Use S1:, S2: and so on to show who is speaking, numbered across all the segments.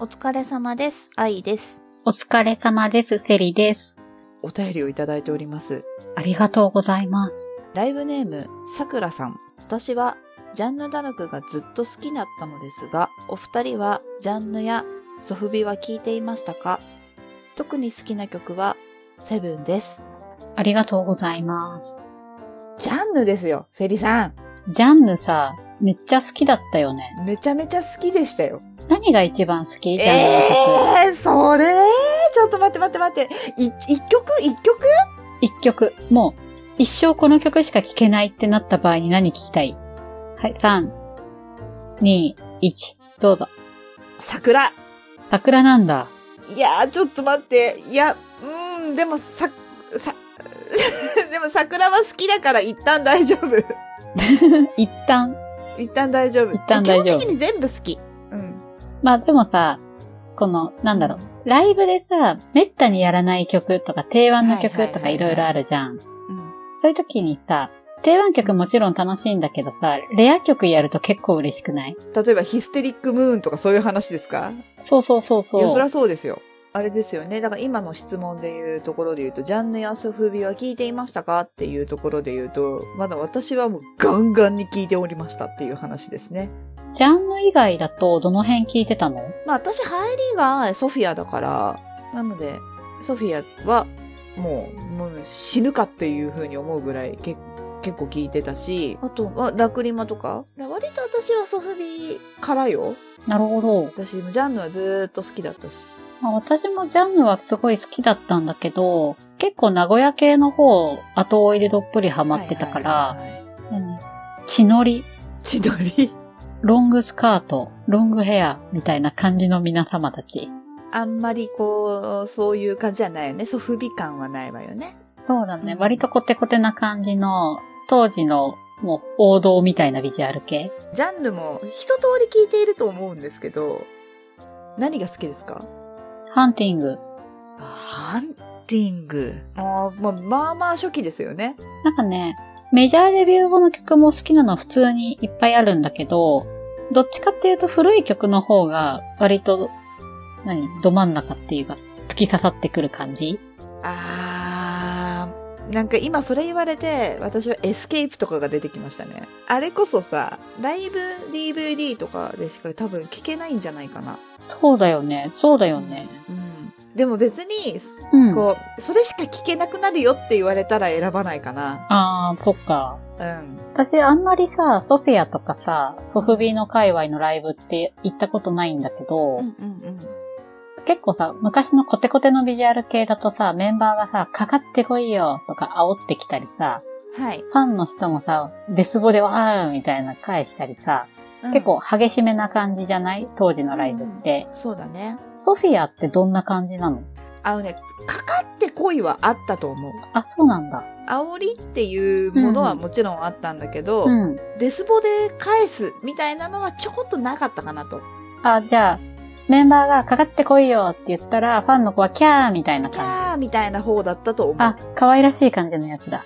S1: 疲れ様です。愛です。
S2: お疲れ様です。セリです。
S3: お便りをいただいております。
S2: ありがとうございます。
S3: ライブネーム、さくらさん。私は、ジャンヌ・ダルクがずっと好きだったのですが、お二人は、ジャンヌやソフビは聞いていましたか特に好きな曲は、セブンです。
S2: ありがとうございます。
S3: ジャンヌですよ、セリさん。
S2: ジャンヌさ、めっちゃ好きだったよね。
S3: めちゃめちゃ好きでしたよ。
S2: 何が一番好きジャンヌの曲。
S3: えー、それちょっと待って待って待って。い一曲一曲
S2: 一曲。もう、一生この曲しか聴けないってなった場合に何聴きたいはい、3、2、1、どうぞ。
S3: 桜。
S2: 桜なんだ。
S3: いやー、ちょっと待って。いや、うーん、でも、さ、さ、 でも桜は好きだから一旦大丈夫。
S2: 一旦。
S3: 一旦大丈夫。
S2: 一旦大丈夫
S3: 基本的に全部好き。うん。
S2: まあでもさ、この、なんだろう。ライブでさ、めったにやらない曲とか、定番の曲とか
S3: はい
S2: い
S3: はいはいはい
S2: ろいろあるじゃ
S3: う
S2: ん。
S3: ん
S2: そういう時にさ、定番曲もちろん楽しいんだけどさ、レア曲やると結構嬉しくない
S3: 例えば、ヒステリックムーンとかそういう話ですか
S2: そうそうそう
S3: いや、そり
S2: そ
S3: ゃ
S2: う。
S3: そうですよ。あれですよね。だから今の質問でいうところで言うと、ジャンヌやソフビは聞いていましたかっていうところで言うと、まだ私はもうガンガンに聞いておりましたっていう話ですね。
S2: ジャンル以外だと、どの辺聴いてたの
S3: まあ私、入りがソフィアだから、なので、ソフィアはもう、もう死ぬかっていうふうに思うぐらいけ結構聞いてたし、あとはラクリマとか。割と私はソフビからよ。
S2: なるほど。
S3: 私、ジャンヌはずーっと好きだったし。
S2: まあ私もジャンヌはすごい好きだったんだけど、結構名古屋系の方、後追いでどっぷりハマってたから、
S3: はいはい はい
S2: うん血のり、
S3: 千鳥。
S2: ロングスカート、ロングヘアみたいな感じの皆様たち。
S3: あんまりこう、そういう感じじゃないよね。ソフビ感はないわよね。
S2: そうだね。割とコテコテな感じの、当時のもう王道みたいなビジュアル系。
S3: ジャンルも一通り聞いていると思うんですけど、何が好きですか
S2: ハンティング。
S3: ハンティング。あーまあ、まあまあ初期ですよね。
S2: なんかね、メジャーデビュー後の曲も好きなのは普通にいっぱいあるんだけど、どっちかっていうと古い曲の方が割と、何、ど真ん中っていうか、突き刺さってくる感じ
S3: あー、なんか今それ言われて、私はエスケープとかが出てきましたね。あれこそさ、ライブ DVD とかでしか多分聞けないんじゃないかな。
S2: そうだよね。そうだよね。
S3: うん。でも別に、
S2: うん。
S3: こう、それしか聞けなくなるよって言われたら選ばないかな。
S2: あー、そっか。
S3: うん。
S2: 私あんまりさ、ソフィアとかさ、ソフビーの界隈のライブって行ったことないんだけど、
S3: うんうん
S2: 結構さ、昔のコテコテのビジュアル系だとさ、メンバーがさ、かかってこいよとか煽ってきたりさ、
S3: うん。はい。
S2: ファンの人もさ、デスボでわーみたいな返したりさ、
S3: うん
S2: 結。構激しめな感じじゃない当時のライブって。
S3: そうだね。
S2: ソフィアってどんな感じなの
S3: あのね、かかって恋はあったと思う。
S2: あ、そうなんだ。
S3: 煽りっていうものはもちろんあったんだけど、
S2: うん。
S3: デスボで返すみたいなのはちょこっとなかったかなと。
S2: あ、じゃあ、メンバーがかかってこいよって言ったら、ファンの子はキャーみたいな
S3: キ
S2: 感じ。
S3: ャーみたいな方だったと思う。
S2: あ
S3: た、
S2: 可愛らしい感じのやつだ。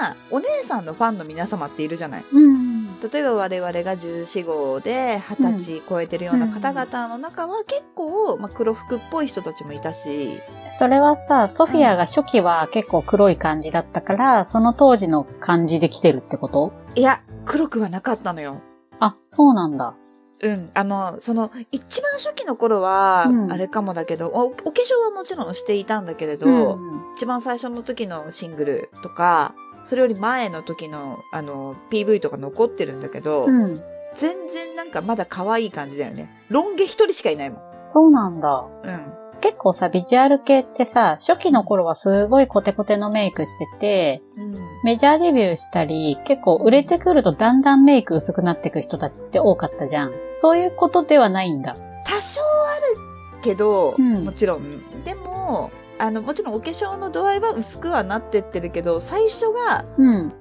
S3: だ、お姉さんのファンの皆様っているじゃない。
S2: うん。
S3: 例えば我々が14号で20歳超えてるような方々の中は結構、まあ、黒服っぽい人たちもいたし、
S2: それはさ、ソフィアが初期は結構黒い感じだったから、その当時の感じで来てるってこと
S3: いや、黒くはなかったのよ。
S2: あ、そうなんだ。
S3: うん。あの、その、一番初期の頃は
S2: う、ん
S3: あれかもだけど、お、お化粧はもちろんしていたんだけれど、
S2: ん。
S3: 一番最初の時のシングルとか、それより前の時の、あの、PV とか残ってるんだけど、
S2: うん。
S3: 全然なんかまだ可愛い感じだよね。ロン毛一人しかいないもん。
S2: そうなんだ。
S3: うん。
S2: 結構さ、ビジュアル系ってさ、初期の頃はすごいコテコテのメイクしてて、
S3: うん。
S2: メジャーデビューしたり、結構売れてくるとだんだんメイク薄くなってく人たちって多かったじゃん。そういうことではないんだ。
S3: 多少あるけど、
S2: うん
S3: もちろん。でも、あの、もちろんお化粧の度合いは薄くはなってってるけど、最初が、
S2: うん。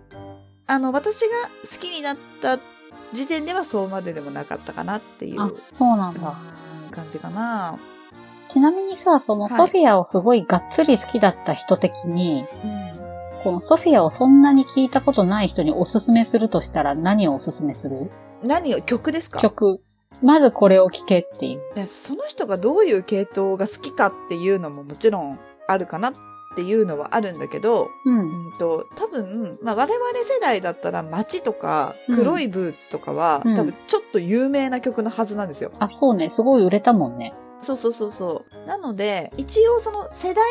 S3: あの、私が好きになった時点ではそうまででもなかったかなっていう
S2: あ、そうなんだ。
S3: うん感じかな。
S2: ちなみにさ、その
S3: はい
S2: ソフィアをすごいがっつり好きだった人的に、
S3: うん
S2: このソフィアをそんなに聞いたことない人におすすめするとしたら何をおすすめする
S3: 何を、曲ですか
S2: 曲。まずこれを聞けっていう。
S3: でその人がどういう系統が好きかっていうのももちろんあるかなっていうのはあるんだけど、
S2: うん。
S3: うんと、多分、まあ、我々世代だったら街とか
S2: うん
S3: 黒いブーツとかは、
S2: うん
S3: 多分ちょっと有名な曲のはずなんですよ。
S2: あ、そうね。すごい売れたもんね。
S3: そうそうそうそう。なので、一応その世代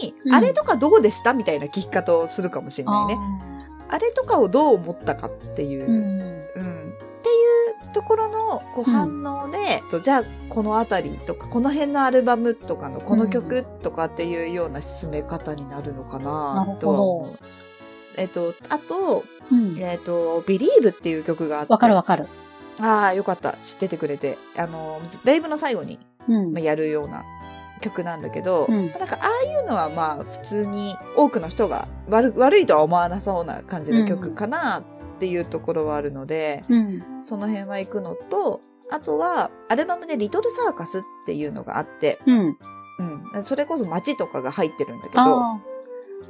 S3: 的
S2: う
S3: に、
S2: ん
S3: あれとかどうでしたみたいな聞き方をするかもしれないね。あれとかをどう思ったかってい
S2: あ
S3: う
S2: ー。うん。
S3: うんっていうところのこう
S2: うん
S3: 反応で、とじゃあこの辺りとかこの辺のアルバムとかのこの曲とかっていうような進め方になるのか
S2: なる
S3: なとは思う
S2: ほど。
S3: えっと、あと、
S2: うん。
S3: えっと、Believe っていう曲があって。
S2: わかるわかる。
S3: ああ、よかった。知っててくれて。あの、ライブの最後に
S2: うん
S3: まあ。やるような曲なんだけど、
S2: うん
S3: なんかああいうのはまあ普通に多くの人が悪悪いとは思わなそうな感じの曲かなっていうところはあるので、
S2: うん。
S3: その辺は行くのと、あとは、アルバムでリトルサーカスっていうのがあって、
S2: うん。
S3: うん。それこそ街とかが入ってるんだけど、
S2: ああ。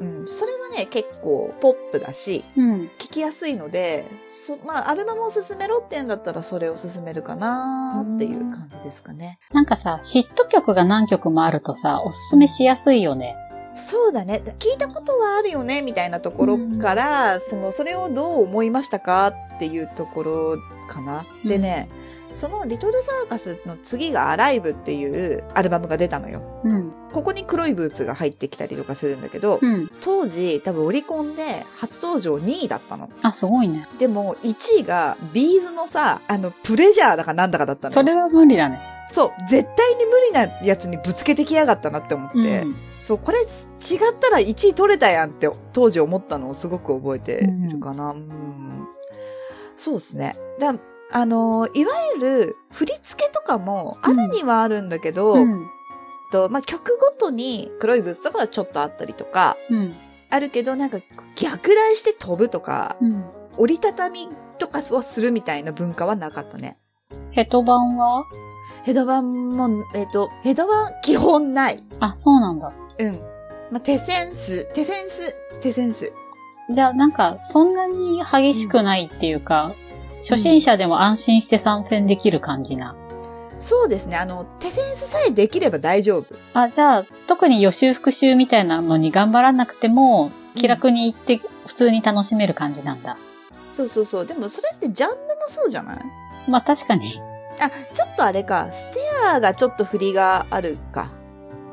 S3: うん。それはね、結構ポップだし、
S2: うん。
S3: 聞きやすいので、そ、まあ、アルバムを勧めろって言うんだったらそれを勧めるかなーっていう感じですかね。
S2: なんかさ、ヒット曲が何曲もあるとさ、おすすめしやすいよね。
S3: そうだね。聞いたことはあるよね、みたいなところから、その、それをどう思いましたかっていうところかな。でね、そのリトルサーカスの次がアライブっていうアルバムが出たのよ。
S2: うん。
S3: ここに黒いブーツが入ってきたりとかするんだけど、
S2: うん。
S3: 当時多分オリコンで初登場2位だったの。
S2: あ、すごいね。
S3: でも1位がビーズのさ、あの、プレジャーだかなんだかだったのよ。
S2: それは無理だね。
S3: そう、絶対に無理なやつにぶつけてきやがったなって思って、
S2: うん。
S3: そう、これ違ったら1位取れたやんって当時思ったのをすごく覚えてるかな。うん。そうですね。だあの、いわゆる振り付けとかもあるにはあるんだけど、
S2: うん。
S3: と、まあ、曲ごとに黒いブーツとかはちょっとあったりとか、
S2: うん。
S3: あるけど、なんか逆台して飛ぶとか、
S2: うん。
S3: 折りたたみとかをするみたいな文化はなかったね。
S2: ヘッド版は
S3: ヘドバンも、えっ、と、ヘドバン基本ない。
S2: あ、そうなんだ。
S3: うん。まあ、手センス、手センス、手センス。
S2: じゃあ、なんか、そんなに激しくないっていうか、初心者でも安心して参戦できる感じな。
S3: そうですね。あの、手センスさえできれば大丈夫。
S2: あ、じゃあ、特に予習復習みたいなのに頑張らなくても、気楽に行って、普通に楽しめる感じなんだ。
S3: そうそうそう。でもそれってジャンルもそうじゃない
S2: まあ、確かに。
S3: あ、ちょっとあれか。ステアがちょっと振りがあるか。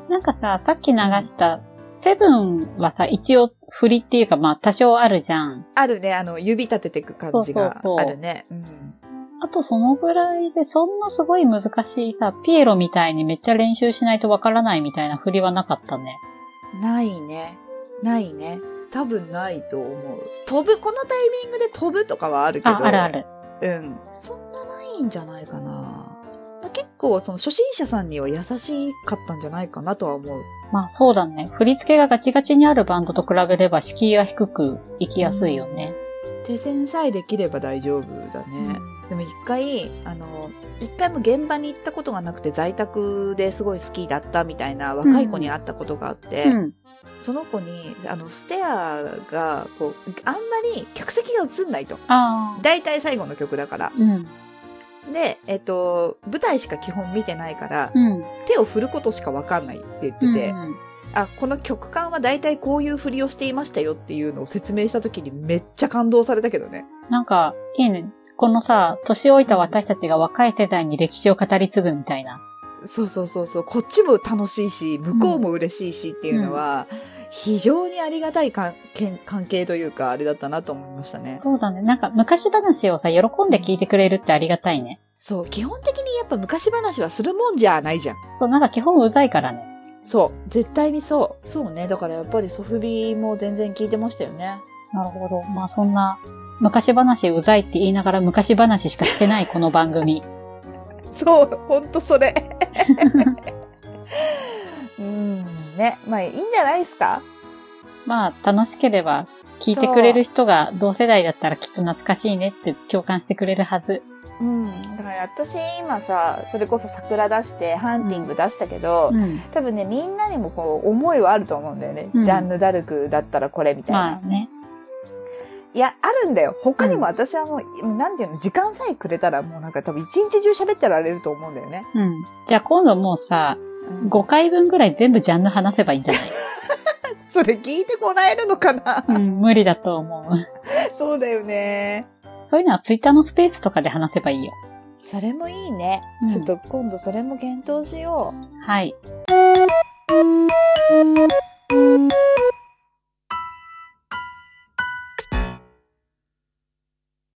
S2: なんかさ、さっき流した、セブンはさ、一応振りっていうか、まあ、多少あるじゃん。
S3: あるね。あの、指立てていく感じが
S2: そうそうそう
S3: あるね。うん。
S2: あと、そのぐらいで、そんなすごい難しいさ、ピエロみたいにめっちゃ練習しないとわからないみたいな振りはなかったね。
S3: ないね。ないね。多分ないと思う。飛ぶ、このタイミングで飛ぶとかはあるけど。
S2: あ、あるあ。る。
S3: うん。そんなないんじゃないかな。結構、その初心者さんには優しかったんじゃないかなとは思う。
S2: まあそうだね。振り付けがガチガチにあるバンドと比べれば敷居は低く行きやすいよね。
S3: 手線さえできれば大丈夫だね。でも一回、あの、一回も現場に行ったことがなくて在宅ですごい好きだったみたいな若い子に会ったことがあって、
S2: うん。
S3: その子に、あの、ステアが、こう、あんまり客席が映んないと。
S2: ああ。
S3: 大体最後の曲だから。
S2: うん。
S3: で、えっと、舞台しか基本見てないから、
S2: うん。
S3: 手を振ることしかわかんないって言ってて、あ、この曲間は大体こういう振りをしていましたよっていうのを説明した時にめっちゃ感動されたけどね。
S2: なんか、いいね。このさ、年老いた私たちが若い世代に歴史を語り継ぐみたいな。
S3: そうそうそうそう。こっちも楽しいし、向こうも嬉しいしっていうのは、非常にありがたい関係関係というか、あれだったなと思いましたね。
S2: そうだね。なんか昔話をさ、喜んで聞いてくれるってありがたいね。
S3: そう、基本的にやっぱ昔話はするもんじゃないじゃん。
S2: そう、なんか基本うざいからね。
S3: そう、絶対にそう。そうね、だからやっぱりソフビも全然聞いてましたよね。
S2: なるほど。まあそんな、昔話うざいって言いながら昔話しかしてないこの番組。
S3: そう、ほんとそれ。 うん、ね。まあいいんじゃないですか
S2: まあ、楽しければ、聞いてくれる人が同世代だったらきっと懐かしいねって共感してくれるはず。
S3: うん。だから私今さ、それこそ桜出して、ハンティング出したけど、
S2: うん。
S3: 多分ね、みんなにもこう、思いはあると思うんだよね。
S2: うん
S3: ジャンヌ・ダルクだったらこれみたいな。
S2: まあね。
S3: いや、あるんだよ。他にも私はもう、なんていうの、時間さえくれたらもうなんか多分一日中喋ってられると思うんだよね。
S2: うん。じゃあ今度もうさ、
S3: うん
S2: 5回分ぐらい全部ジャンル話せばいいんじゃない
S3: それ聞いてこらえるのかな
S2: うん、 無理だと思う。
S3: そうだよね。
S2: そういうのはツイッターのスペースとかで話せばいいよ。
S3: それもいいね。
S2: うん
S3: ちょっと今度それも検討しよう。
S2: はい。